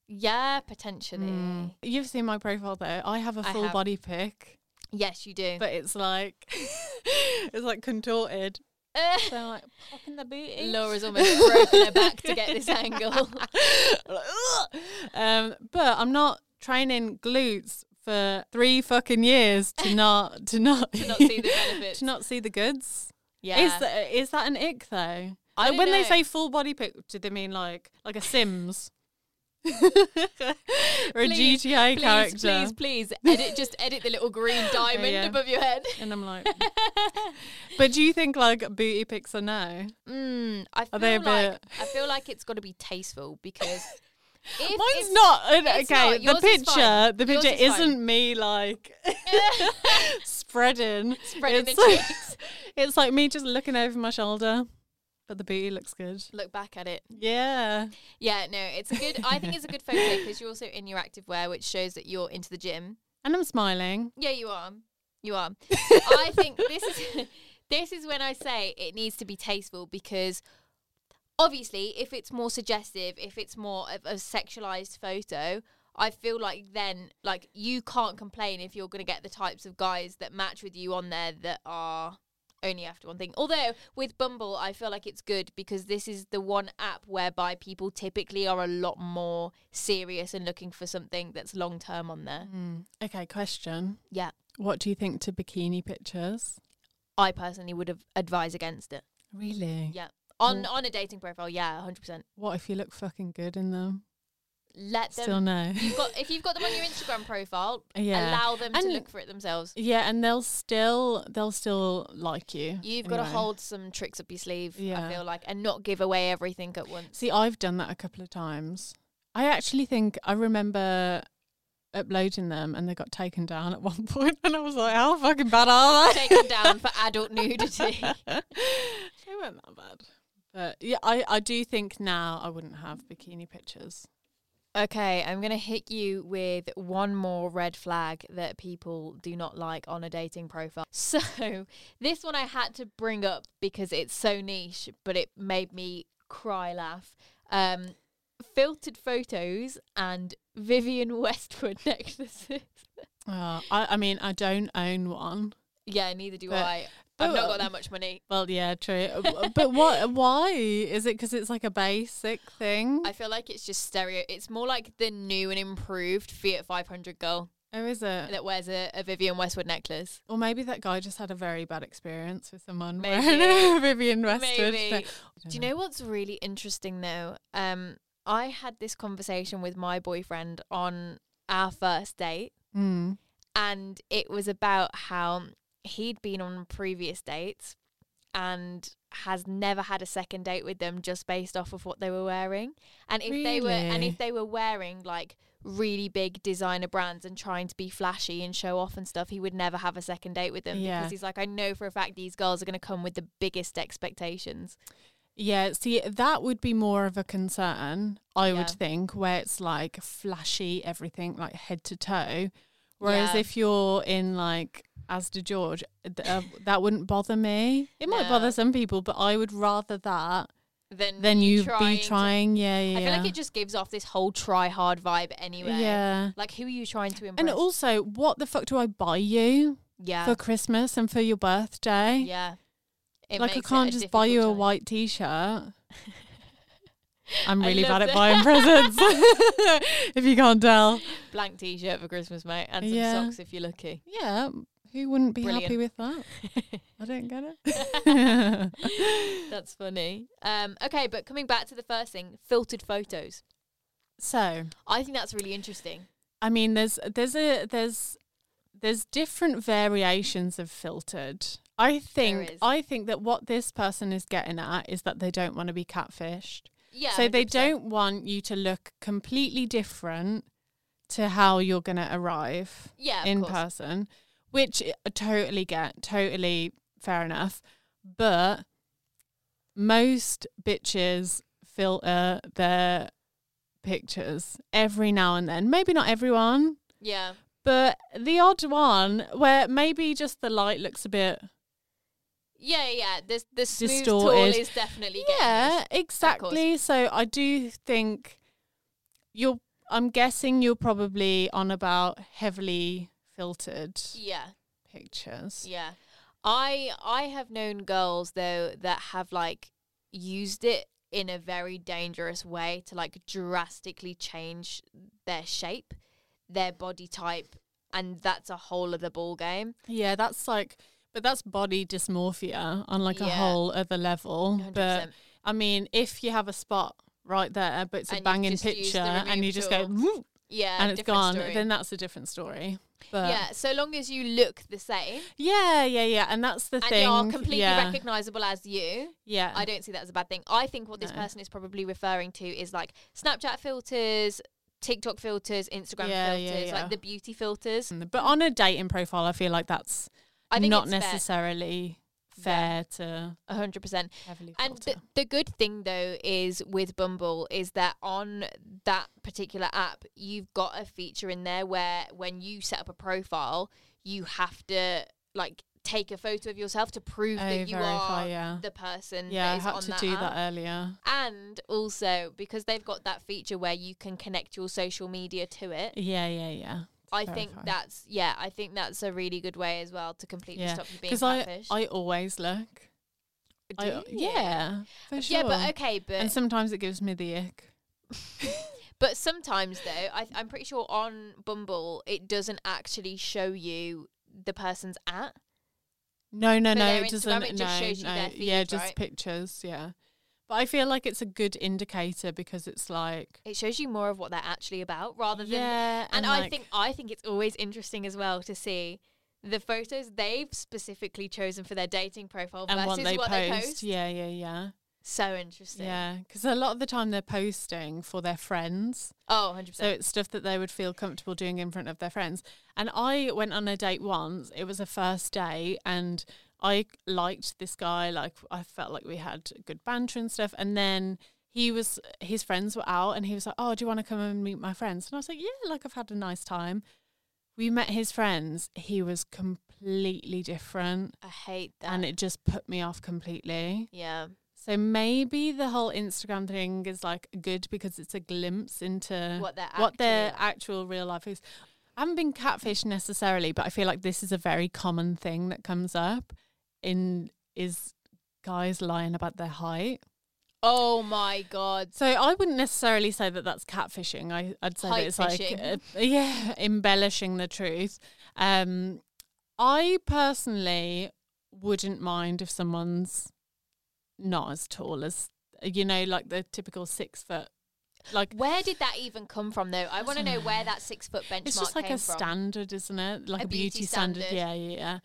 A: yeah, potentially.
B: Mm. You've seen my profile though. I have a
A: I
B: full
A: have.
B: body pic,
A: Yes, you do.
B: but it's like it's like contorted. So I'm like popping the booty.
A: Laura's almost broken her back to get this angle.
B: um, but I'm not training glutes for three fucking years to not to not
A: to not see the benefits.
B: to not see the goods.
A: yeah.
B: Is that, is that an ick though?
A: I
B: Like, when
A: don't
B: they
A: know.
B: say full body pic, do they mean like like a Sims or a
A: Please,
B: GTA
A: please,
B: character? Oh,
A: Please, please, edit. Just edit the little green diamond
B: yeah.
A: above your head.
B: And I'm like, but do you think like booty pics are no?
A: Mm, I feel
B: they a
A: like
B: bit-
A: I feel like it's got to be tasteful because if
B: Mine's
A: it's-
B: not. and
A: it's
B: okay,
A: not. Yours
B: the
A: is
B: picture,
A: fine.
B: the
A: Yours
B: picture
A: is fine.
B: isn't me like spreading,
A: Spreading the
B: It's like, it's like me just looking over my shoulder, but the booty looks good.
A: look back at it.
B: Yeah,
A: Yeah, no, it's a good. I think it's a good photo because you're also in your active wear, which shows that you're into the gym.
B: and I'm smiling.
A: Yeah, you are. You are. I think this is this is when I say it needs to be tasteful because obviously if it's more suggestive, if it's more of a sexualized photo, I feel like then like you can't complain if you're going to get the types of guys that match with you on there that are only after one thing. Although with Bumble, I feel like it's good because this is the one app whereby people typically are a lot more serious and looking for something that's long term on there.
B: Okay, question.
A: Yeah.
B: What do you think to bikini pictures?
A: I personally would have advise against it.
B: Really?
A: Yeah. On
B: Mm.
A: on a dating profile, yeah, hundred percent.
B: What if you look fucking good in them?
A: Let them
B: Still no.
A: you've got if you've got them on your Instagram profile,
B: Yeah.
A: allow them to
B: And-
A: look for it themselves.
B: yeah, and they'll still they'll still like you.
A: You've got to
B: anyway.
A: hold some tricks up your sleeve, I
B: Yeah.
A: feel like, and not give away everything at once.
B: See, I've done that a couple of times. I actually think I remember uploading them and they got taken down at one point and I was like, how fucking bad are they?
A: Take them down for adult nudity.
B: they weren't that bad. But yeah, I, I do think now I wouldn't have bikini pictures.
A: Okay, I'm gonna hit you with one more red flag that people do not like on a dating profile. So this one I had to bring up because it's so niche, but it made me cry laugh. Um, filtered photos and Vivian Westwood necklaces.
B: Uh, I, I mean, I don't own one.
A: yeah, neither do
B: But-
A: I. I've not
B: But-
A: got that much money.
B: Well, yeah, true. Uh, w- but what? Why is it? Because it's like a basic thing.
A: I feel like it's just stereo. It's more like the new and improved Fiat 500 girl
B: oh, is it?
A: that wears a, a Vivian Westwood necklace.
B: Or maybe that guy just had a very bad experience with someone
A: Maybe.
B: wearing a Vivian Westwood.
A: Maybe.
B: thing.
A: Do you know what's really interesting though? Um, I had this conversation with my boyfriend on our first date,
B: Mm.
A: and it was about how he'd been on previous dates and has never had a second date with them just based off of what they were wearing and if they were and
B: Really?
A: if they were wearing like really big designer brands and trying to be flashy and show off and stuff he would never have a second date with them
B: Yeah.
A: because he's like I know for a fact these girls are going to come with the biggest expectations
B: Yeah, see, that would be more of a concern, I
A: Yeah.
B: would think, where it's like flashy everything, like head to toe. Whereas
A: Yeah.
B: if you're in like as to George, th- uh, that wouldn't bother me. It might
A: No.
B: bother some people, but I would rather that
A: than
B: than
A: Mm, you
B: you
A: trying
B: be
A: to-
B: trying. yeah, yeah.
A: I feel like
B: yeah.
A: it just gives off this whole try hard vibe anyway
B: Yeah.
A: like who are you trying to impress
B: And also, what the fuck do I buy you
A: yeah
B: for Christmas and for your birthday?
A: Yeah. It
B: like, I
A: makes it
B: can't just buy you
A: difficult
B: a
A: challenge.
B: white t shirt. I'm
A: I
B: really
A: love
B: bad at
A: that.
B: buying presents, if you can't tell.
A: blank t shirt for Christmas, mate, and some
B: Yeah.
A: socks if you're lucky.
B: Yeah, who wouldn't be happy
A: Brilliant.
B: with that? I don't get it.
A: That's funny. Um, okay, but coming back to the first thing, filtered photos.
B: so,
A: I think that's really interesting.
B: I mean, there's there's a there's there's different variations of filtered. I think
A: is.
B: I think that what this person is getting at is that they don't want to be catfished.
A: Yeah.
B: so they
A: 100%.
B: don't want you to look completely different to how you're going to arrive.
A: Yeah. Of
B: in
A: course.
B: person, which I totally get, totally fair enough. But most bitches filter their pictures every now and then. Maybe not everyone,
A: Yeah.
B: but the odd one where maybe just the light looks a bit.
A: Yeah. Yeah. This the smooth tall
B: Distorted.
A: is definitely getting
B: Yeah,
A: used.
B: exactly. So I do think you're. I'm guessing you're probably on about heavily filtered
A: Yeah.
B: pictures.
A: Yeah. I I have known girls though that have like used it in a very dangerous way to like drastically change their shape, their body type, and that's a whole other ball game.
B: Yeah, that's like, but that's body dysmorphia on like a
A: Yeah.
B: whole other level.
A: 100%.
B: But I mean, if you have a spot right there, but it's
A: And
B: a
A: you've
B: banging
A: just used the
B: picture and you
A: remove
B: just go,
A: tool.
B: "Whoop,"
A: yeah,
B: and it's
A: different
B: gone,
A: story.
B: then uh, that's a different story. But yeah,
A: yeah, so long as you look the same
B: yeah, yeah, yeah. And that's the
A: and
B: thing.
A: you're completely
B: yeah.
A: recognizable as you,
B: yeah.
A: I don't see that as a bad thing. I think what this
B: No.
A: person is probably referring to is like Snapchat filters, TikTok filters, Instagram
B: Yeah, yeah,
A: filters,
B: yeah.
A: like the beauty filters.
B: but on a dating profile, I feel like that's
A: I think
B: not
A: it's fair.
B: necessarily
A: Yeah.
B: fair to
A: A hundred percent.
B: heavily
A: And
B: filter.
A: the, the good thing though is with Bumble is that on that particular app, you've got a feature in there where when you set up a profile, you have to like take a photo of yourself to prove
B: Oh,
A: that you
B: verify,
A: are
B: yeah.
A: the person
B: yeah,
A: that
B: I
A: is
B: had
A: on
B: to
A: that
B: do
A: app.
B: that earlier.
A: And also because they've got that feature where you can connect your social media to it,
B: Yeah, yeah, yeah.
A: I think
B: verify.
A: that's yeah, I think that's a really good way as well to completely
B: Yeah,
A: stop you being
B: Because I,
A: catfished.
B: I always look. I-
A: Do you?
B: Uh, yeah, for sure.
A: Yeah, but okay, but
B: and sometimes it gives me the ick.
A: But sometimes, though, I, I'm pretty sure on Bumble it doesn't actually show you the person's at.
B: No, no,
A: For
B: no,
A: their
B: it doesn't.
A: Instagram, it just
B: no,
A: shows you
B: no,
A: their
B: yeah,
A: feed,
B: just
A: right?
B: pictures. Yeah, but I feel like it's a good indicator because it's like
A: It shows you more of what they're actually about rather than.
B: yeah,
A: and I
B: like-
A: think I think it's always interesting as well to see the photos they've specifically chosen for their dating profile
B: and
A: versus
B: what they
A: what
B: post,
A: they post.
B: yeah, yeah, yeah,
A: So interesting.
B: yeah, because a lot of the time they're posting for their friends,
A: Oh, 100
B: so
A: percent.
B: it's stuff that they would feel comfortable doing in front of their friends. And I went on a date once. It was a first date, and I liked this guy. Like I felt like we had good banter and stuff. And then he was his friends were out, and he was like, "Oh, do you want to come and meet my friends?" And I was like, "Yeah, like I've had a nice time." We met his friends. He was completely different,
A: I hate that.
B: and it just put me off completely.
A: yeah.
B: So maybe the whole Instagram thing is like good because it's a glimpse into
A: What they're
B: what their
A: actually
B: actual real life is. I haven't been catfished necessarily, but I feel like this is a very common thing that comes up in is guys lying about their height.
A: Oh my god.
B: So I wouldn't necessarily say that that's catfishing. I, I'd say that
A: Height
B: it's
A: fishing.
B: like, uh, yeah, embellishing the truth. Um, I personally wouldn't mind if someone's not as tall as, you know, like the typical six foot. Like,
A: Where did that even come from though? I want to know where that 6 foot benchmark
B: it's just like
A: came
B: a
A: from.
B: standard, isn't it? Like a,
A: beauty
B: beauty, standard.
A: standard.
B: Yeah, yeah,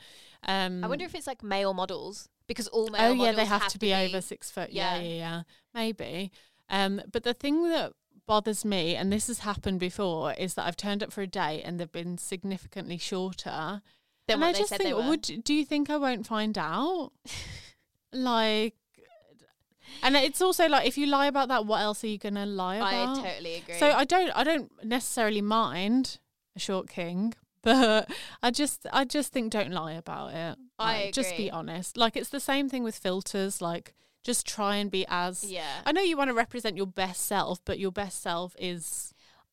B: yeah. Um,
A: I wonder if it's like male models because all male
B: Oh
A: models
B: yeah, they have, to be, over
A: over
B: six foot. Yeah.
A: Yeah.
B: yeah, yeah, Maybe. Um, but the thing that bothers me, and this has happened before, is that I've turned up for a date and they've been significantly shorter.
A: than
B: and
A: what
B: I
A: they
B: just
A: said
B: think,
A: they were.
B: would do you think I won't find out? like, and it's also like if you lie about that, what else are you gonna lie about?
A: I totally agree.
B: So I don't I don't necessarily mind a short king, but I just I just think don't lie about it.
A: I
B: Like, just
A: agree.
B: be honest. Like it's the same thing with filters, like just try and be as
A: yeah.
B: I know you want to represent your best self, but your best self is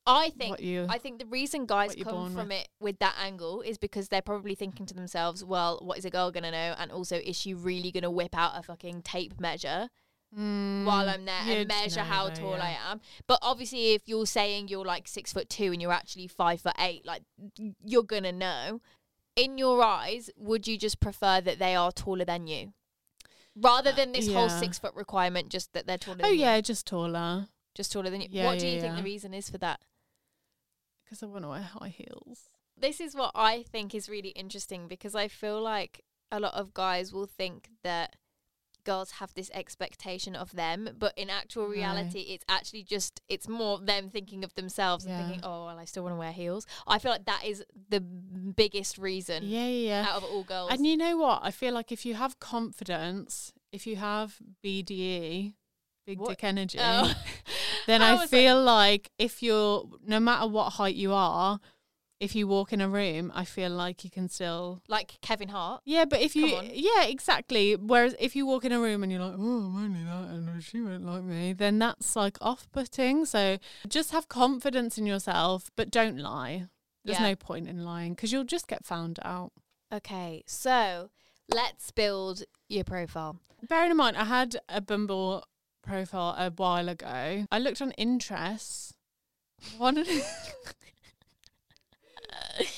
A: I think
B: what you
A: I think the reason guys
B: what you're
A: come
B: born
A: from it with that angle is because they're probably thinking to themselves, well, what is a girl going to know? And also, is she really going to whip out a fucking tape measure
B: mm.
A: while I'm there and
B: you'd
A: measure
B: know
A: how
B: though,
A: tall
B: yeah.
A: I am? But obviously, if you're saying you're like six foot two and you're actually five foot eight, like you're going to know. In your eyes, would you just prefer that they are taller than you? Rather than this whole
B: Uh, yeah.
A: six foot requirement, just that they're taller
B: Oh
A: than you,
B: yeah, just taller.
A: just taller than you.
B: Yeah,
A: what do
B: yeah,
A: you think
B: yeah.
A: the reason is for that?
B: Because I want to wear high heels.
A: this is what I think is really interesting because I feel like a lot of guys will think that girls have this expectation of them, but in actual
B: No.
A: reality, it's actually just it's more them thinking of themselves
B: Yeah.
A: and thinking, "Oh, well, I still want to wear heels." I feel like that is the biggest reason
B: Yeah, yeah. yeah.
A: out of all girls.
B: And you know what? I feel like if you have confidence, if you have BDE, big
A: What?
B: dick energy,
A: Oh.
B: then
A: I
B: I,
A: was
B: feel like if you're, no matter what height you are, if you walk in a room, I feel like you can still.
A: like Kevin Hart,
B: Yeah, but if you,
A: Come on.
B: yeah, exactly. Whereas if you walk in a room and you're like, oh, I'm only that, and she won't like me, then that's like off-putting. So just have confidence in yourself, but don't lie. There's
A: Yeah.
B: no point in lying because you'll just get found out.
A: Okay, so let's build your profile.
B: Bearing in mind, I had a Bumble profile a while ago. I looked on interests, one of-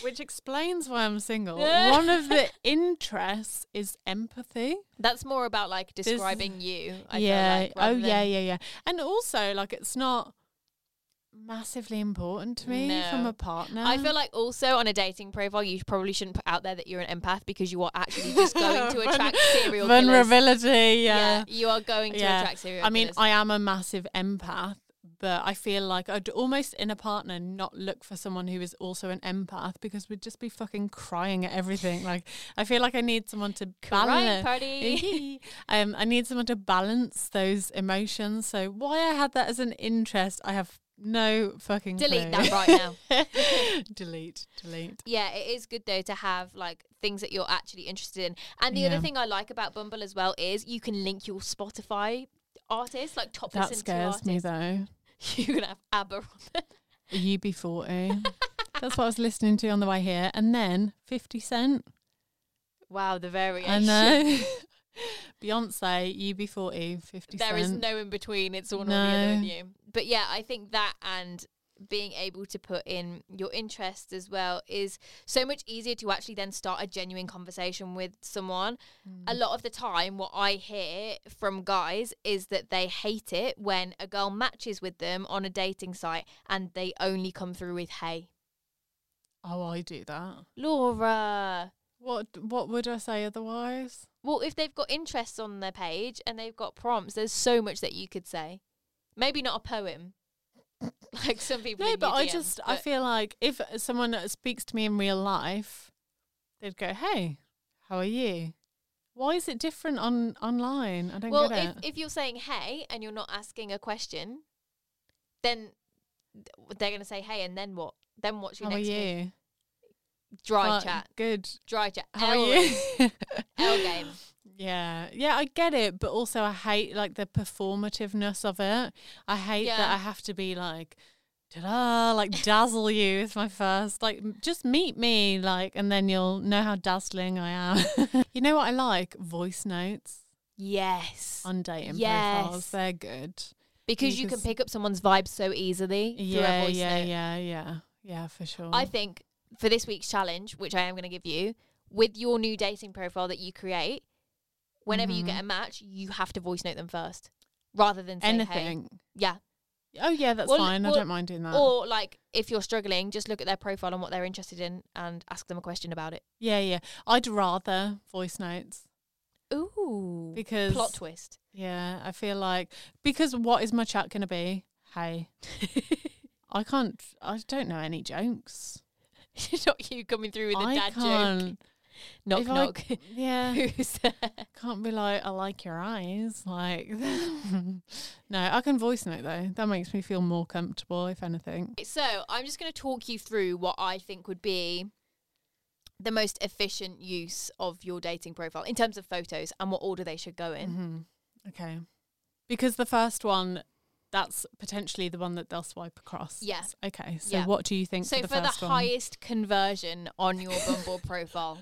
B: which explains why I'm single. one of the interests is empathy.
A: That's more about like describing you. I
B: yeah.
A: Feel like,
B: oh,
A: rather
B: yeah,
A: than-
B: yeah, yeah. And also, like, it's not massively important to me from
A: No.
B: a partner.
A: I feel like also on a dating profile, you probably shouldn't put out there that you're an empath because you are actually just going to
B: Vul-
A: attract serial killers.
B: vulnerability.
A: Yeah,
B: yeah.
A: you are going to
B: Yeah.
A: attract serial
B: I mean,
A: killers.
B: I am a massive empath, but I feel like I'd almost in a partner not look for someone who is also an empath because we'd just be fucking crying at everything. like, I feel like I need someone to
A: Crying
B: balance.
A: party.
B: um, I need someone to balance those emotions. So why I had that as an interest, I have no fucking
A: Delete
B: clue.
A: that right now.
B: delete, delete.
A: Yeah, it is good though to have like things that you're actually interested in. And the other
B: Yeah.
A: thing I like about Bumble as well is you can link your Spotify artist, like top
B: That
A: listen
B: scares
A: to
B: me
A: artists.
B: though.
A: You're gonna have ABBA on there.
B: UB40. That's what I was listening to on the way here. And then 50 Cent.
A: Wow, the variation.
B: I know. Beyonce, UB40, 50
A: There is
B: Cent.
A: no in between. It's all on the other in
B: No.
A: you. But yeah, I think that and being able to put in your interests as well is so much easier to actually then start a genuine conversation with someone.
B: Mm.
A: A lot of the time, what I hear from guys is that they hate it when a girl matches with them on a dating site and they only come through with "Hey,
B: Oh, I do that.
A: Laura."
B: What What would I say otherwise?
A: Well, if they've got interests on their page and they've got prompts, there's so much that you could say. Maybe not a poem, like some people.
B: No,
A: in
B: but
A: your
B: I
A: DMs,
B: just I
A: but-
B: feel like if someone speaks to me in real life, they'd go, "Hey, how are you? Why is it different on online? I don't
A: well,
B: get
A: if
B: it."
A: if you're saying hey and you're not asking a question, then th- they're gonna say hey, and then what? Then what's your
B: how are
A: next move?
B: you?
A: Dry
B: Well,
A: chat,
B: Good.
A: dry chat.
B: How
A: L,
B: are you?
A: L game.
B: Yeah, yeah, I get it, but also I hate like the performativeness of it. I hate
A: Yeah.
B: that I have to be like, ta-da, like dazzle you with my first, like m- just meet me, like, and then you'll know how dazzling I am. you know what I like? Voice notes
A: Yes.
B: on dating
A: Yes.
B: profiles. They're good.
A: Because you can
B: because-
A: pick up someone's vibe so easily through a
B: Yeah,
A: voice
B: yeah,
A: note.
B: yeah, yeah, yeah, for sure.
A: I think for this week's challenge, which I am going to give you, with your new dating profile that you create, whenever you
B: Mm-hmm.
A: get a match, you have to voice note them first rather than say, Hey.
B: anything. Uh.
A: Yeah.
B: Oh yeah, that's
A: Well,
B: fine.
A: well,
B: I don't mind doing that.
A: Or like if you're struggling, just look at their profile and what they're interested in and ask them a question about it.
B: yeah, yeah. I'd rather voice notes
A: Ooh.
B: because
A: Plot twist.
B: Yeah, I feel like because what is my chat going to be? Hey, I can't. I don't know any jokes.
A: not you coming through with a
B: I
A: dad joke.
B: can't.
A: Knock
B: if I-
A: knock.
B: Yeah,
A: Who's there?
B: can't be like I like your eyes. Like, no, I can voice note though. That makes me feel more comfortable. If anything,
A: So I'm just going to talk you through what I think would be the most efficient use of your dating profile in terms of photos and what order they should go in.
B: Mhm. okay, because the first one. That's potentially the one that they'll swipe across.
A: Yeah.
B: Okay. So,
A: Yeah.
B: what do you think
A: So
B: for
A: for
B: the
A: the,
B: first one?
A: highest conversion on your Bumble profile,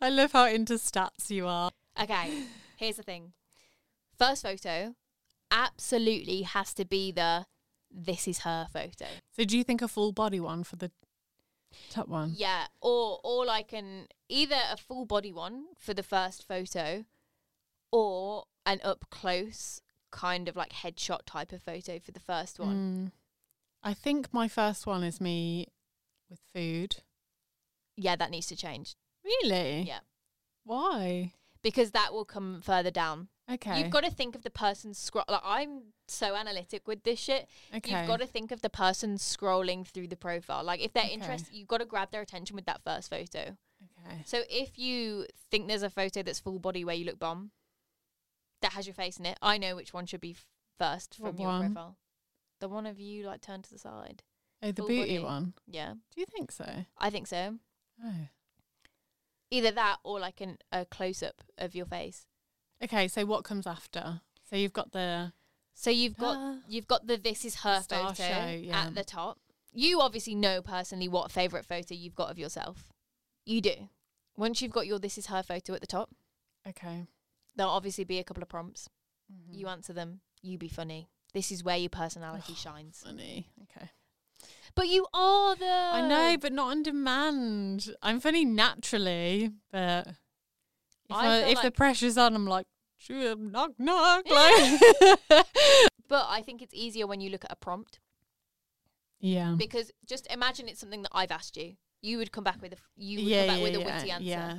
B: I love how into stats you are.
A: okay, here's the thing. First photo absolutely has to be the this is her photo.
B: So, do you think a full body one for the top one?
A: Yeah, or or like an either a full body one for the first photo, or an up close kind of like headshot type of photo for the first one.
B: Mm. I think my first one is me with food.
A: Yeah, that needs to change
B: Really?
A: Yeah.
B: Why?
A: because that will come further down.
B: Okay.
A: You've got to think of the person scroll. Like I'm so analytic with this shit.
B: okay.
A: You've got to think of the person scrolling through the profile. Like if they're
B: Okay.
A: interested, you've got to grab their attention with that first photo.
B: okay.
A: So if you think there's a photo that's full body where you look bomb, that has your face in it, I know which one should be f- first from
B: What
A: your
B: one?
A: profile. The one of you like turned to the side.
B: Oh, the
A: full
B: booty
A: body.
B: one.
A: Yeah,
B: Do you think so?
A: I think so.
B: Oh.
A: Either that or like an, a close up of your face.
B: Okay. So what comes after? So you've got the
A: So you've got
B: Ah.
A: you've got the this is her
B: Star
A: photo
B: show, yeah.
A: at the top. You obviously know personally what favorite photo you've got of yourself. You do. Once you've got your this is her photo at the top,
B: okay.
A: there'll obviously be a couple of prompts.
B: Mhm.
A: You answer them. You be funny. This is where your
B: Oh.
A: personality shines.
B: funny. Okay.
A: But you are the.
B: I know, but not on demand. I'm funny naturally, but if,
A: I
B: I-
A: feel
B: if the
A: like-
B: pressure's on, I'm like, "Sure, knock knock. Like.
A: But I think it's easier when you look at a prompt
B: yeah.
A: because just imagine it's something that I've asked you. You would come back with a. f- You would come back with a witty answer.
B: Yeah.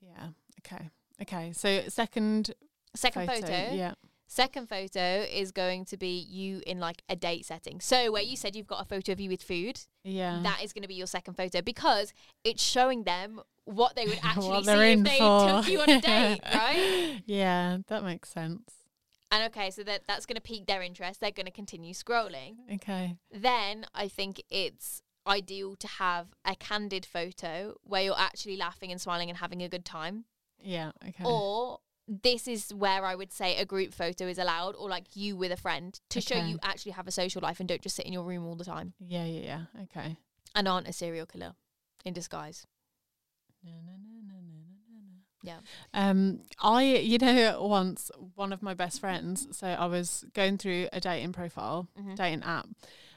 B: Yeah. Okay. Okay. So second
A: Second
B: photo.
A: photo.
B: Yeah.
A: Second photo is going to be you in like a date setting. So where you said you've got a photo of you with food,
B: Yeah.
A: that is going to be your second photo because it's showing them what they would actually
B: they're
A: see if
B: in
A: they
B: for.
A: took you on a date, right?
B: yeah, that makes sense.
A: And okay, so that that's going to pique their interest. They're going to continue scrolling.
B: Okay.
A: then I think it's ideal to have a candid photo where you're actually laughing and smiling and having a good time.
B: Yeah. Okay.
A: Or this is where I would say a group photo is allowed, or like you with a friend to show
B: Okay.
A: you actually have a social life and don't just sit in your room all the time
B: yeah. Yeah. Yeah. Okay.
A: and aren't a serial killer in disguise.
B: Na, na, na, na, na, na, na, na.
A: Yeah.
B: Um, I, you know, once one of my best friends, so I was going through a dating profile,
A: Mhm.
B: dating app,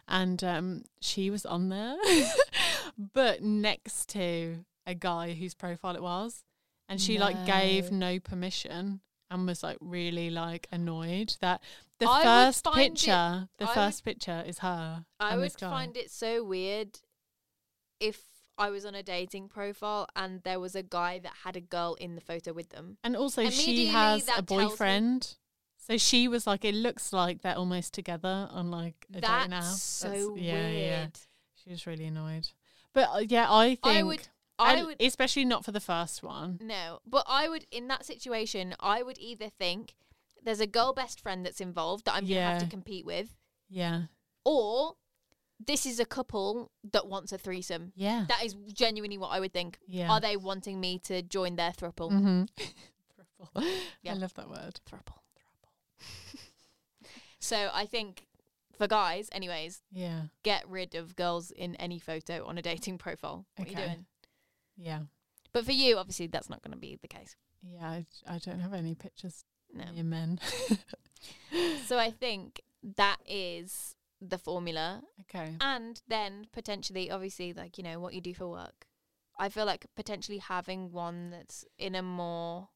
B: and um, she was on there, but next to a guy whose profile it was. And she like gave no permission and was like really like annoyed that the
A: I would
B: first
A: find it-
B: picture, the
A: I would-
B: first picture is her.
A: I
B: and
A: would
B: this guy.
A: find it so weird if I was on a dating profile and there was a guy that had a girl in the photo with them.
B: And also, she
A: Immediately
B: has
A: that
B: a
A: tells me-
B: boyfriend. So she was like, it looks like they're almost together on like a date now.
A: That's so weird.
B: She was really annoyed. But uh, yeah, I think.
A: I would I
B: and
A: would
B: Especially not for the first one.
A: no, but I would in that situation I would either think there's a girl best friend that's involved that I'm gonna have to
B: Yeah.
A: compete with,
B: Yeah.
A: or this is a couple that wants a threesome.
B: Yeah.
A: That is genuinely what I would think.
B: yeah.
A: Are they wanting me to join their thruple?
B: hmm
A: Yeah.
B: I love that word.
A: Thruple. So I think for guys, anyways,
B: Yeah.
A: get rid of girls in any photo on a dating profile. What are
B: Okay.
A: you doing?
B: Yeah.
A: But for you, obviously, that's not going to be the case.
B: Yeah. I, I don't have any pictures
A: No.
B: near men.
A: So I think that is the formula.
B: okay.
A: And then potentially, obviously, like, you know, what you do for work. I feel like potentially having one that's in a more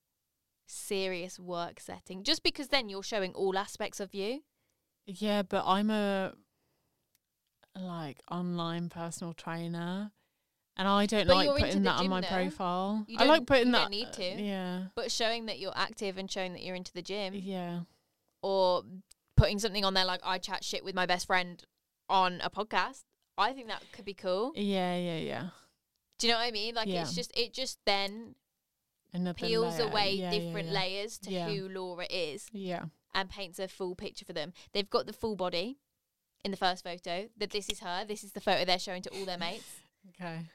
A: serious work setting, just because then you're showing all aspects of you.
B: Yeah, but I'm a like online personal trainer, and I don't
A: But
B: like
A: you're into
B: putting
A: the
B: that on my
A: gym, though.
B: profile.
A: You
B: I like
A: don't-
B: putting
A: you
B: that.
A: don't need to. Um,
B: Yeah,
A: But showing that you're active and showing that you're into the gym
B: yeah,
A: or putting something on there like I chat shit with my best friend on a podcast, I think that could be cool.
B: yeah, yeah, yeah.
A: Do you know what I mean? Like
B: Yeah.
A: it's just it just then
B: Another
A: peels
B: layer.
A: away
B: Yeah, yeah,
A: different
B: yeah.
A: layers to
B: Yeah.
A: who Laura is
B: Yeah,
A: and paints a full picture for them. They've got the full body in the first photo that this is her. This is the photo they're showing to all their mates.
B: okay.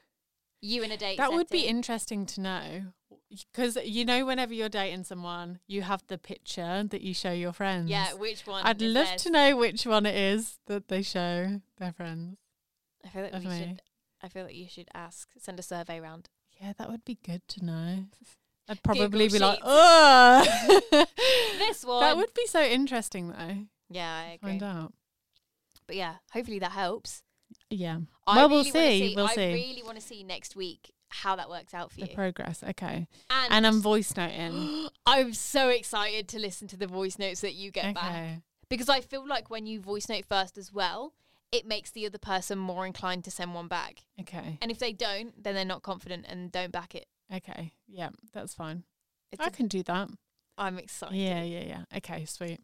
A: You in a date.
B: That would be
A: setting.
B: interesting to know because you know, whenever you're dating someone, you have the picture that you show your friends.
A: yeah. Which one?
B: I'd
A: is
B: love
A: theirs?
B: to know which one it is that they show their friends.
A: I feel like
B: of
A: we
B: me.
A: should. I feel like you should ask. Send a survey round.
B: Yeah, that would be good to know. I'd probably be like,
A: Sheets.
B: ugh.
A: This one.
B: that would be so interesting, though.
A: Yeah, I agree.
B: Find out.
A: But yeah, hopefully that helps.
B: Yeah,
A: I
B: Well, we'll
A: really wanna
B: see, we'll
A: I
B: see.
A: really want to see next week how that works out for
B: the
A: you.
B: progress. Okay,
A: and
B: and I'm voice noting.
A: I'm so excited to listen to the voice notes that you get back
B: okay.
A: because I feel like when you voice note first as well, it makes the other person more inclined to send one back.
B: Okay.
A: And if they don't, then they're not confident and don't back it.
B: Okay. Yeah, that's fine.
A: It's
B: I
A: a- Oh,
B: can do that.
A: I'm excited.
B: Yeah, yeah, yeah. Okay, sweet.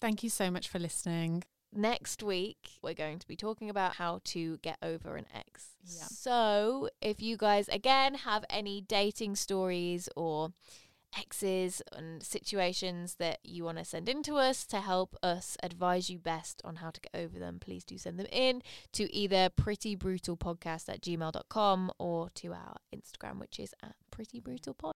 B: Thank you so much for listening.
A: Next week, we're going to be talking about how to get over an ex.
B: Yeah.
A: So, if you guys again have any dating stories or exes and situations that you want to send in to us to help us advise you best on how to get over them, please do send them in to either prettybrutalpodcast at gmail.com or to our Instagram, which is at prettybrutalpod.